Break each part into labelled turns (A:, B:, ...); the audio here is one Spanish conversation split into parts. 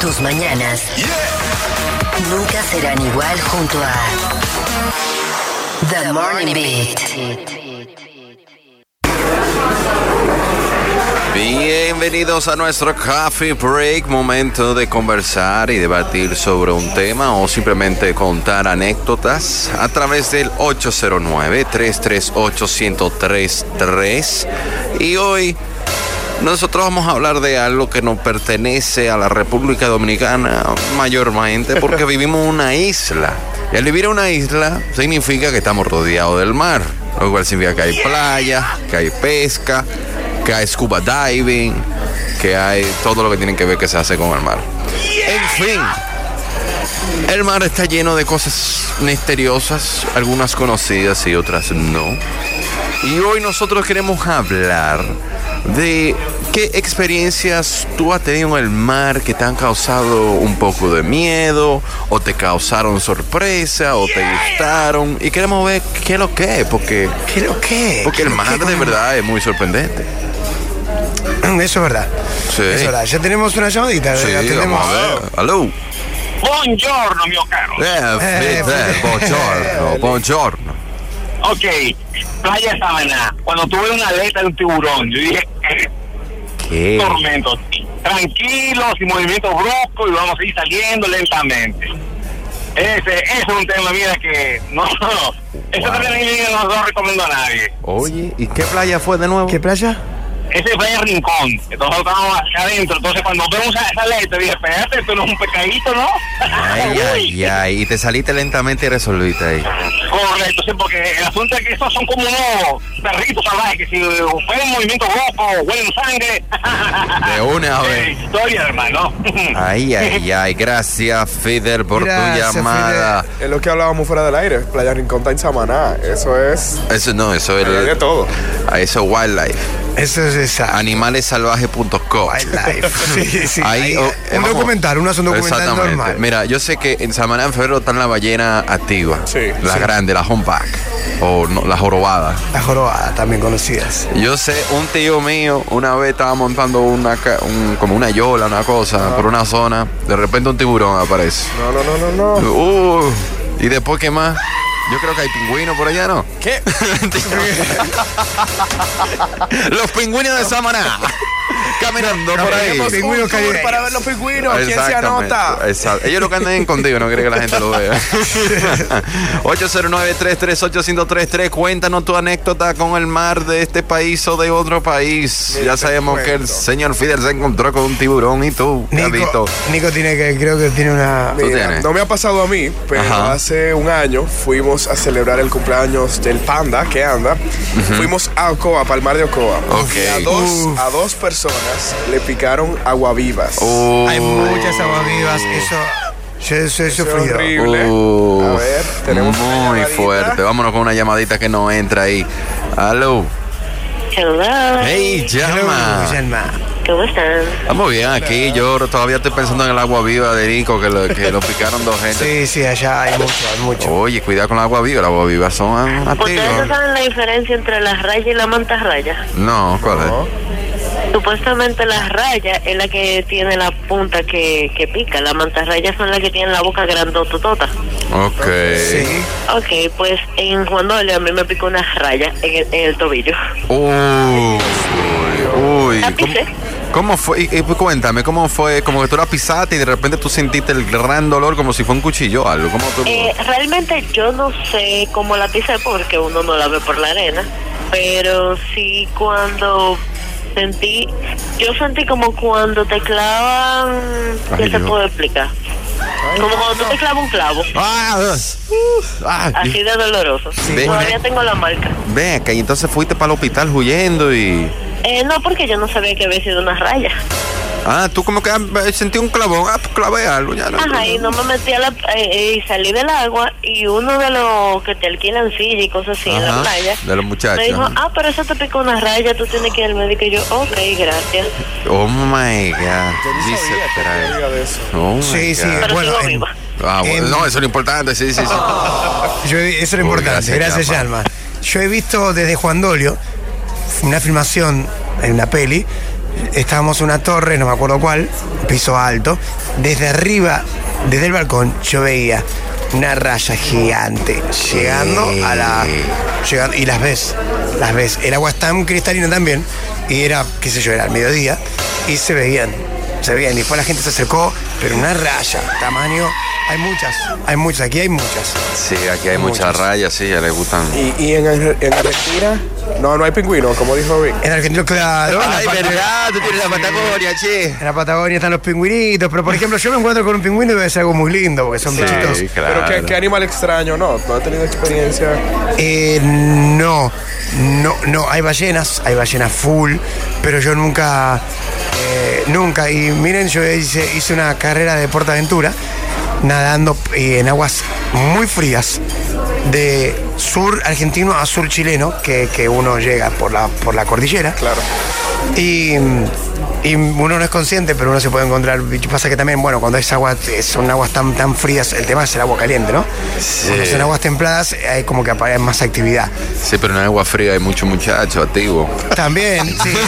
A: tus mañanas yeah. nunca serán igual junto a The Morning Beat.
B: Bienvenidos a nuestro Coffee Break, momento de conversar y debatir sobre un tema o simplemente contar anécdotas a través del 809-338-1033. Y hoy nosotros vamos a hablar de algo que nos pertenece a la República Dominicana mayormente porque vivimos en una isla. Y al vivir en una isla significa que estamos rodeados del mar, lo cual significa que hay playa, que hay pesca, que hay scuba diving, que hay todo lo que tiene que ver que se hace con el mar. En fin, el mar está lleno de cosas misteriosas, algunas conocidas y otras no. Y hoy nosotros queremos hablar de qué experiencias tú has tenido en el mar que te han causado un poco de miedo o te causaron sorpresa o te gustaron y queremos ver qué es lo que es porque
C: ¿Qué lo que?
B: porque el mar de verdad es muy sorprendente.
C: Eso es verdad.
B: Sí.
C: Eso es verdad. Ya tenemos una llamadita.
B: Sí,
C: la tenemos.
B: vamos a ver. Aló.
D: Buongiorno, mio caro.
B: Eh,
C: Eh,
B: Peter, buongiorno, buongiorno.
D: Ok, Playa Sabana. Cuando tuve una aleta de un tiburón, yo dije, "Qué
B: ¿Qué?
D: tormento. Tranquilo, sin movimiento brusco y vamos a ir saliendo lentamente. Ese, ese es un tema, mira, que no, no. Eso
B: Wow.
D: también yo no lo recomiendo a nadie.
B: Oye, ¿y qué playa fue de nuevo?
C: ¿Qué playa?
D: Ese fue el rincón. Entonces nosotros estábamos acá adentro. Entonces cuando vemos esa esa aleta, dije, espérate, esto no es un pecadito, ¿no?
B: Ay, ay, ay. Y te saliste lentamente y resolviste ahí.
D: Correcto, sí, porque el asunto es que estos son como unos perritos salvajes, que si huelen movimiento rojo, huelen sangre.
B: De una
D: Eh,
B: vez.
D: historia, hermano.
B: Ay, ay, ay. Gracias, Fidel, por
C: Gracias,
B: tu llamada.
C: Fidel.
E: Es lo que hablábamos fuera del aire, Playa Rincón está en Samaná. Eso es.
B: Eso no, eso es.
E: Ahí hay de todo.
B: a Eso es wildlife.
C: Eso es esa.
B: Animalesalvaje.com.
C: Wildlife. Sí, sí.
B: Ahí,
C: Ahí,
B: oh,
C: un
B: vamos.
C: documental, una es un documental
B: Exactamente.
C: normal.
B: Mira, yo sé que en Samaná, en febrero, están la ballena activa.
E: Sí,
B: La
E: sí.
B: grande, la humpback. O no, la jorobada.
C: La jorobada también conocidas.
B: Yo sé, un tío mío una vez estaba montando una ca- un- como una yola, una cosa, por una zona. De repente un tiburón aparece.
E: No, no, no, no, no.
B: Uh, y después, ¿qué más? Yo creo que hay pingüinos por allá, ¿no?
E: ¿Qué?
B: Los pingüinos de Samaná. Caminando por ahí.
E: Tenemos
C: Pingüinos
E: un tour
C: callejeros.
E: para ver los pingüinos. ¿Quién se
B: Exactamente,
E: anota?
B: exacto. Ellos lo que andan en contigo, no quiere que la gente lo vea. 809-338-1033. Cuéntanos tu anécdota con el mar de este país o de otro país.
E: Mira,
B: ya
E: te
B: sabemos que el
E: cuento.
B: señor Fidel se encontró con un tiburón y tú, Gabito.
C: Nico, Nico tiene que, creo que tiene una.
B: Tú
E: Mira,
B: tienes.
E: no me ha pasado a mí, pero
B: Ajá.
E: hace un año fuimos a celebrar el cumpleaños del panda que anda. Fuimos a Ocoa, para el mar de Ocoa.
B: Ok.
E: Y A dos, a dos personas le picaron aguavivas.
B: Oh.
C: Hay muchas aguas vivas. Eso. Yo, eso he
E: Eso es
C: sufrido.
E: horrible.
B: Uh,
E: a ver, tenemos una
B: muy
E: llamadita.
B: fuerte. Vámonos con una llamadita que no entra ahí. Aló.
F: Hello.
B: Hey, llama.
C: Hello, Yelma.
F: ¿Cómo están?
B: Estamos Ah, bien aquí. Yo todavía estoy pensando en el agua viva de Nico, que lo, que lo picaron dos
C: Sí,
B: gente.
C: sí, allá hay mucho, hay mucho.
B: Oye, cuidado con el agua viva. El agua viva son
F: ¿Ustedes no
B: activos.
F: saben la diferencia entre las rayas y la mantarraya?
B: No, ¿cuál es?
E: No.
F: Supuestamente las rayas es la que tiene la punta que, que pica, las mantarrayas son las que tienen la boca grandototota.
B: Ok.
C: Sí.
F: Ok, pues en Juan Dolio a mí me picó una raya en el, en el tobillo.
B: Uy, uy.
F: La
B: ¿Cómo,
F: pisé.
B: cómo fue? Y, y cuéntame, ¿cómo fue? Como que tú la pisaste y de repente tú sentiste el gran dolor como si fuera un cuchillo o algo. ¿Cómo tú?
F: Eh, realmente yo no sé cómo la pisé porque uno no la ve por la arena, pero sí cuando sentí, yo sentí como cuando te clavan, ¿qué
B: Ay,
F: te
B: Dios.
F: puedo explicar? Como cuando tú te clavas un clavo,
B: Ah, uf, ah, y-
F: uh, así de doloroso.
B: Ven.
F: Todavía tengo la marca.
B: Ven acá, y entonces fuiste para el hospital huyendo y.
F: Eh, no, porque yo no sabía que había sido una raya.
B: Ah, tú como que ah, sentí un clavón. Ah, pues clavé algo. Ya no.
F: Ajá, y no me metí a la... eh, eh, y salí del agua y uno de los que te alquilan silla y cosas así en
B: Ajá,
F: la playa...
B: de los muchachos,
F: Me dijo,
B: ajá.
F: ah, pero eso te picó una raya, tú tienes que ir al médico. Y yo, ok, gracias.
B: Oh my God.
E: Yo no
B: Jesus
E: sabía que
B: Christ.
E: había de eso.
B: Oh, my
C: Sí, sí.
B: God.
F: Pero
C: Bueno,
F: sigo
C: en-
F: viva.
B: Ah, bueno,
C: Em,
B: no, eso es lo importante. Sí, sí, sí.
C: Yo he- eso es
B: Oh,
C: lo importante.
B: gracias,
C: Gracias,
B: Yalma.
C: Yalma. Yo he visto desde Juan Dolio una filmación en una peli estábamos en una torre, no me acuerdo cuál, un piso alto. Desde arriba, desde el balcón, yo veía una raya gigante llegando a la. llegando- y las ves, las ves. El agua es tan cristalina también, y era, qué sé yo, era al mediodía, y se veían, se veían. Y después la gente se acercó, pero una raya, tamaño. Hay muchas, hay muchas, aquí hay muchas.
B: Sí, aquí hay muchas rayas, sí, ya les gustan.
E: Y, y en, Ar- en Argentina, no, no hay pingüino, como dijo Vic.
C: En Argentina, claro. en la parte-
B: tú tienes la Patagonia, che.
C: En la Patagonia están los pingüinitos, pero por ejemplo, yo me encuentro con un pingüino y voy a hacer algo muy lindo, porque son bichitos.
B: Sí, claro.
E: Pero ¿qué, qué animal extraño, no, no he tenido experiencia.
C: Eh, no, no, no, hay ballenas, hay ballenas full, pero yo nunca, eh, nunca, y miren, yo hice, hice una carrera de portaventura nadando eh, en aguas muy frías de sur argentino a sur chileno, que, que uno llega por la, por la cordillera.
E: Claro.
C: Y, y uno no es consciente, pero uno se puede encontrar. Pasa que también, bueno, cuando es agua, son aguas tan, tan frías, el tema es el agua caliente, ¿no? Cuando son aguas templadas, hay como que aparece más actividad.
B: Sí, pero en agua fría hay muchos muchachos activos.
C: También, sí.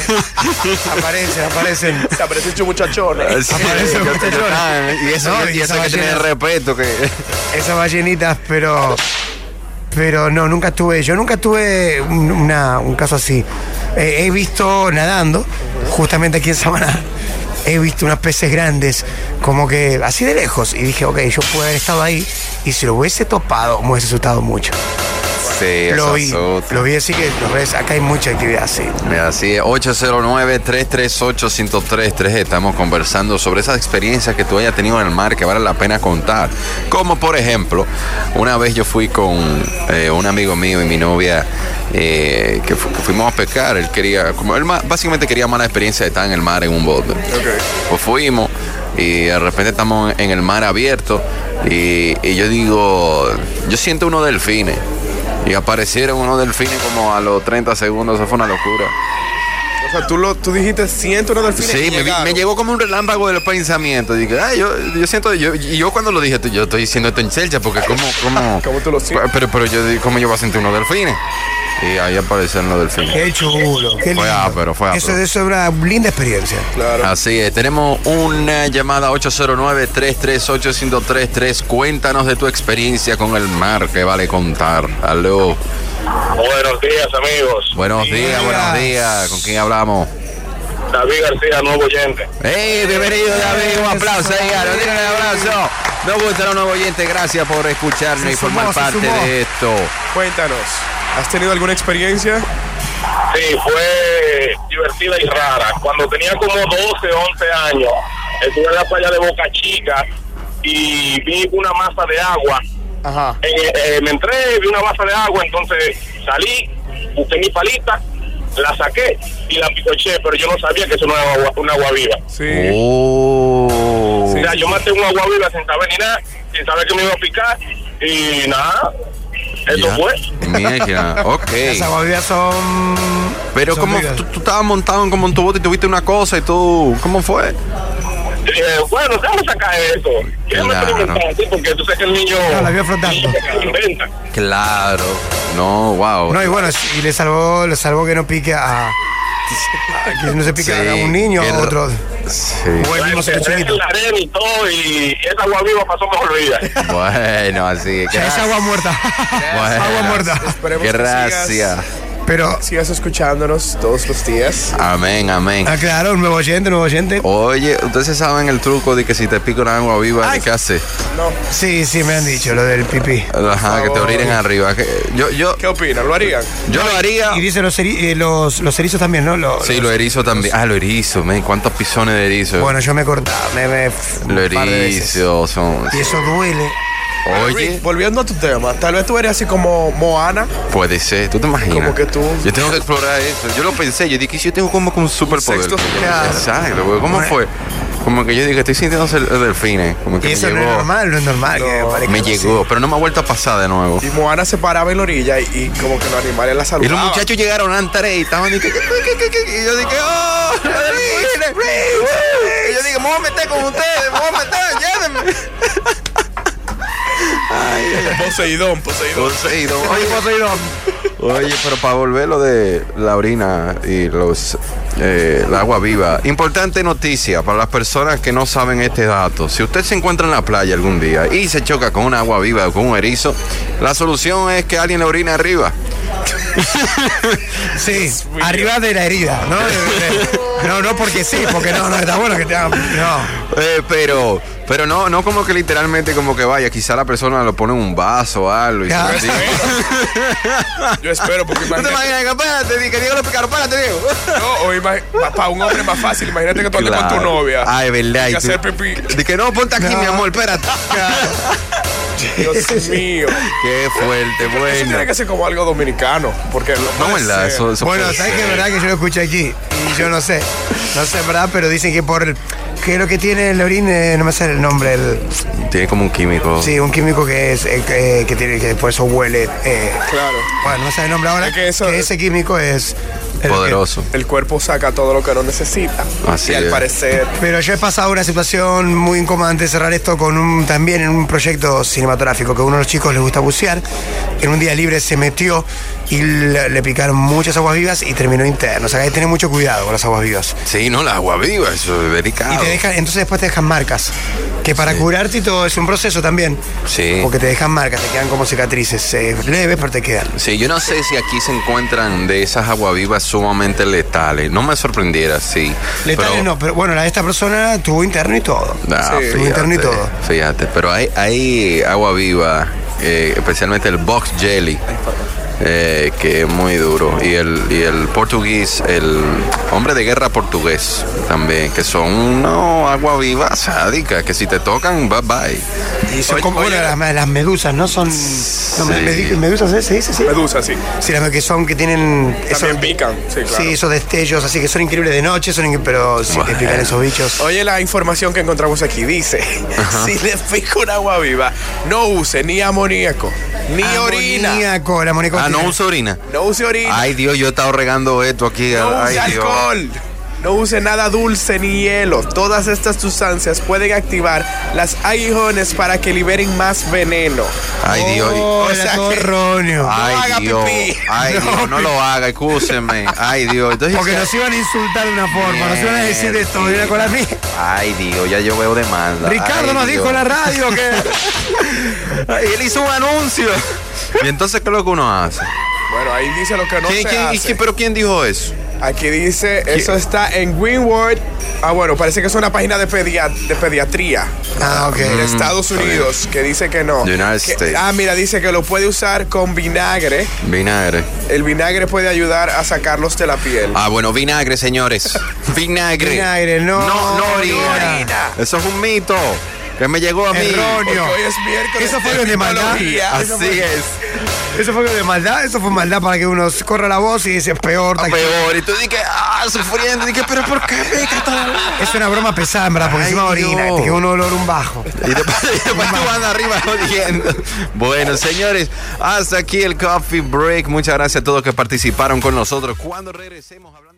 C: aparecen, aparecen.
E: Se aparece un muchachón. ¿eh?
B: Sí,
C: Aparecen
B: que-
C: muchachos.
B: Ah, y eso,
C: No,
B: que-
C: y
B: y eso
C: esa
B: hay que tener
C: ballena-
B: respeto. Que...
C: Esas ballenitas, pero. Pero no, nunca tuve. Yo nunca tuve un, una- un caso así. Eh, he visto nadando, justamente aquí en Samaná, he visto unas peces grandes, como que así de lejos. Y dije, ok, yo puedo haber estado ahí. Y si lo hubiese topado, me hubiese asustado mucho.
B: Sí,
C: Lo
B: esa
C: vi,
B: es otra.
C: lo vi así que lo ves, acá hay mucha actividad así.
B: Mira, Así es, 809-338-1033. Estamos conversando sobre esas experiencias que tú hayas tenido en el mar que vale la pena contar. Como por ejemplo, una vez yo fui con eh, un amigo mío y mi novia eh, que, fu- que fuimos a pescar. Él quería, como él ma- básicamente quería mala experiencia de estar en el mar en un bote. Pues fuimos y de repente estamos en el mar abierto y, y yo digo, yo siento unos delfines. Y aparecieron unos delfines como a los 30 segundos, eso fue una locura.
E: O sea, tú, lo, tú dijiste, siento unos delfines.
B: Sí,
E: y
B: me, vi-
E: llegaron.
B: me llegó como un relámpago de los pensamientos. Dije, ay, yo, yo siento, yo, y yo cuando lo dije, yo estoy diciendo esto en Celcha, porque como, como,
E: ¿Cómo tú lo sientes?
B: Pero, pero yo digo, ¿cómo yo voy a sentir unos delfines? Y ahí aparecen los delfines.
C: Qué chulo, qué lindo.
B: Fue ápero, fue
C: Eso,
B: ápero.
C: eso es una linda experiencia.
E: Claro.
B: Así es, tenemos una llamada 809-338-1033. Cuéntanos de tu experiencia con el mar que vale contar. Aló.
D: Buenos días, amigos.
B: Buenos días, buenos días. ¿Con quién hablamos?
D: David García, nuevo oyente.
B: ¡Hey! Bienvenido, David. Un aplauso ahí, Aaron. Dile un abrazo. Nos gusta un nuevo oyente. Gracias por escucharnos
C: Se
B: y
C: sumó,
B: formar
C: se
B: parte
C: sumó.
B: de esto.
E: Cuéntanos, ¿has tenido alguna experiencia?
D: Sí, fue divertida y rara. Cuando tenía como 12, 11 años, estuve en la playa de Boca Chica y vi una masa de agua.
E: Ajá.
D: Eh, eh, me entré, vi una masa de agua, entonces salí, busqué mi palita, la saqué y la picoché, pero yo no sabía que eso no era agua- una agua viva.
E: Sí.
B: Oh.
D: O sea, yo maté un agua viva sin saber ni nada, sin saber que me iba a picar y nada. Eso
B: Ya.
D: fue.
B: Mira, ok.
C: Las aguavidas son.
B: Pero
C: son
B: como
C: vivas.
B: tú, tú estabas montado en como en tu bote y tuviste una cosa y tú, ¿cómo fue?
D: Yo dije, Eh, bueno, déjame sacar eso. Déjame
B: Claro.
D: experimentar así, porque tú sabes que el niño.
C: No, la vio flotando.
D: Se inventa.
B: Claro. No, wow.
C: No, y bueno, y le salvó, le salvó que no pique a. a que no se pique
B: Sí,
C: a un niño
B: qué
C: o a otro.
B: Sí.
C: O el mismo se
D: Se
C: lo chiquito.
D: en la arena y todo, y esa agua viva pasó mejor vida.
B: Bueno, así
C: Ya es agua muerta.
B: Bueno.
C: agua muerta.
E: Esperemos que
B: Oh, Gracias.
C: Pero,
E: Sigas escuchándonos todos los días.
B: Amén, amén.
C: ah, claro, un nuevo oyente, un nuevo oyente.
B: Oye, ustedes saben el truco de que si te pica una agua viva, ¿qué hace?
E: No.
C: Sí, sí, me han dicho lo del pipí.
B: Ajá, que te
E: favor.
B: orinen arriba. Que- Yo, yo,
E: ¿Qué opinan? ¿Lo harían?
B: yo lo haría.
C: Y dice los, eri- eh, los, los erizos también, ¿no? Los-
B: Sí, lo erizo también. Ah, lo erizo, men. ¿Cuántos pisones de erizo?
C: Bueno, yo me he cortado, me, me un
B: lo
C: par de veces.
B: erizo son.
C: Y eso duele.
B: Oye,
E: Rick, volviendo a tu tema, tal vez tú eres así como Moana.
B: puede ser. ¿Tú te imaginas?
E: Como que tú-
B: Yo tengo que explorar eso. Yo lo pensé. Yo dije, yo tengo como que un superpoder.
E: sexto
B: que yo-
E: sentido.
B: Exacto, güey. ¿Cómo
C: Bueno.
B: fue? Como que yo dije, estoy sintiendo el delfines. Como que
C: Y
B: me
C: eso
B: llegó.
C: no es normal, no es normal. que parezca
B: me
C: así.
B: llegó, pero no me ha vuelto a pasar de nuevo.
E: Y Moana se paraba en la orilla y, y como que los animales la
B: Y
E: saludaban.
B: los muchachos llegaron antes y estaban y que, que, que, que, que, que, y yo dije, oh, Delfines, Delfines". Y yo dije, me voy a meter con ustedes, me voy a meter, llévenme.
E: Poseidón, Poseidón.
B: Poseidón. Oye, Poseidón. Oye, pero para volver lo de la orina y los eh, el agua viva. Importante noticia para las personas que no saben este dato. Si usted se encuentra en la playa algún día y se choca con un agua viva o con un erizo, la solución es que alguien le orine arriba.
C: Sí, arriba de la herida, ¿no? De- de- de- no, no porque sí, porque no, no está bueno que te hagan. No.
B: Eh, pero, pero no, no como que literalmente como que vaya, quizá la persona lo pone en un vaso o algo. Y se
C: Ya.
B: lo tira.
E: Yo espero, porque
B: ¿No te
E: imagínate.
B: imaginas que espérate, que Diego lo picaron, espérate, Diego.
E: No, o para un hombre es más fácil. Imagínate que tú andes con tu
B: Claro.
E: novia.
B: Ay, verdad.
E: Y
B: y
E: que
B: tú-
E: hacer pipí.
B: De que no, ponte aquí,
C: No.
B: mi amor, espérate.
E: Dios mío.
B: Qué fuerte,
E: Eso
B: bueno.
E: tiene que ser como algo dominicano. Porque lo-
B: No,
E: puede
B: ¿verdad?
E: ser.
B: Eso, eso
C: Bueno,
B: puede
C: ¿sabes
B: ser.
C: qué es verdad que yo lo escuché aquí? Y yo no sé. No sé, ¿verdad? Pero dicen que por. Que lo que tiene el orín, eh, no me sale el nombre, el,
B: Tiene como un químico.
C: sí, un químico que es eh, que, que tiene que por eso huele. eh,
E: Claro.
C: bueno, no me sale el nombre ahora.
E: Es que eso-
C: ese químico es el que-
B: Poderoso.
E: El cuerpo saca todo lo que no necesita.
B: Así
E: y al
B: es.
E: parecer.
C: Pero yo he pasado una situación muy incómoda antes de cerrar esto con un también en un proyecto cinematográfico que a uno de los chicos le gusta bucear. En un día libre se metió y le, le picaron muchas aguas vivas y terminó interno. O sea, hay que tener mucho cuidado con las aguas vivas.
B: Sí, no, la agua viva, eso es delicado.
C: Y te dejan, entonces después te dejan marcas. Que para curarte y todo es un proceso también.
B: Sí.
C: Porque te dejan marcas, te quedan como cicatrices eh, leves, pero te quedan.
B: Sí, yo no sé si aquí se encuentran de esas aguavivas sumamente letales. No me sorprendiera, sí.
C: Letales
B: Pero-
C: no, pero bueno, la de esta persona tuvo interno y todo.
B: Ah,
E: Sí.
B: fíjate,
C: Interno y todo.
B: Fíjate, pero hay, hay agua viva, eh, especialmente el box jelly, eh, que es muy duro. Y el, y el portugués, el hombre de guerra portugués también, que son unos agua viva sádicas, que si te tocan, bye bye.
C: Y son
E: Oye,
C: como
E: oye.
C: bueno, las, las medusas, ¿no? Son. no, me- me- medusas, ¿eh? ¿se dice? Sí.
E: Medusa, sí.
C: Sí, las que son que tienen.
E: También pican, sí, claro.
C: Sí, esos destellos, así que son increíbles de noche, son incre- pero sí te
B: Bueno.
C: pican esos bichos.
E: Oye, la información que encontramos aquí dice: si le pica un agua viva, no use ni amoníaco, ni orina.
C: Amoníaco, el amoníaco
B: Ah, no
C: tiene-
B: usa orina.
E: No use orina,
B: Ay, Dios, yo he estado regando esto aquí.
E: no
B: ay,
E: use
B: Dios.
E: alcohol, no use nada dulce ni hielo. Todas estas sustancias pueden activar las aguijones para que liberen más veneno.
B: Ay, Dios.
C: Oh,
E: O
C: era
E: sea
C: todo
E: que-
C: erróneo.
B: Ay,
E: haga
B: Dios.
E: pipí.
B: Ay,
E: No,
B: Dios, no
E: pipí.
B: lo haga, escúcheme. Ay, Dios. Entonces,
C: Porque nos iban a insultar de una forma, nos iban a decir esto, mira con la mí.
B: Ay, Dios, ya yo veo demanda.
C: Ricardo
B: Ay,
C: nos
B: Dios.
C: dijo en la radio que.
B: Ay, él hizo un anuncio. ¿Y entonces qué es lo que uno hace?
E: Bueno, ahí dice lo que no
B: ¿Quién-
E: se
B: quién- y
E: hace.
B: quién- ¿Pero quién dijo eso?
E: Aquí dice, eso está en Greenwood. Ah, bueno, parece que es una página de, pedia- de pediatría
C: Ah, ok.
E: de Estados Unidos que dice que no.
B: Mm, The United
E: Que-
B: States.
E: ah, mira, dice que lo puede usar con vinagre.
B: Vinagre.
E: El vinagre puede ayudar a sacarlos de la piel.
B: Ah, bueno, vinagre, señores. Vinagre.
C: Vinagre, no,
B: No, no orina.
C: no orina.
B: Eso es un mito que me llegó a mí.
C: Erróneo.
E: Porque hoy es miércoles.
C: Eso fue lo de maldad.
E: etimología.
C: Eso
B: Así
C: fue-
B: es.
C: Eso fue de maldad, eso fue maldad para que uno corra la voz y dice peor. tal-
B: Peor. Y tú dije, ah, sufriendo. Dije, pero ¿por qué me cata?
C: Es una broma pesada, en ¿verdad? Porque
B: Ay,
C: encima orina,
B: Dios.
C: te queda un olor un bajo.
B: Y después, y después tú andas arriba jodiendo. Bueno, señores, hasta aquí el coffee break. Muchas gracias a todos que participaron con nosotros. Cuando regresemos hablando.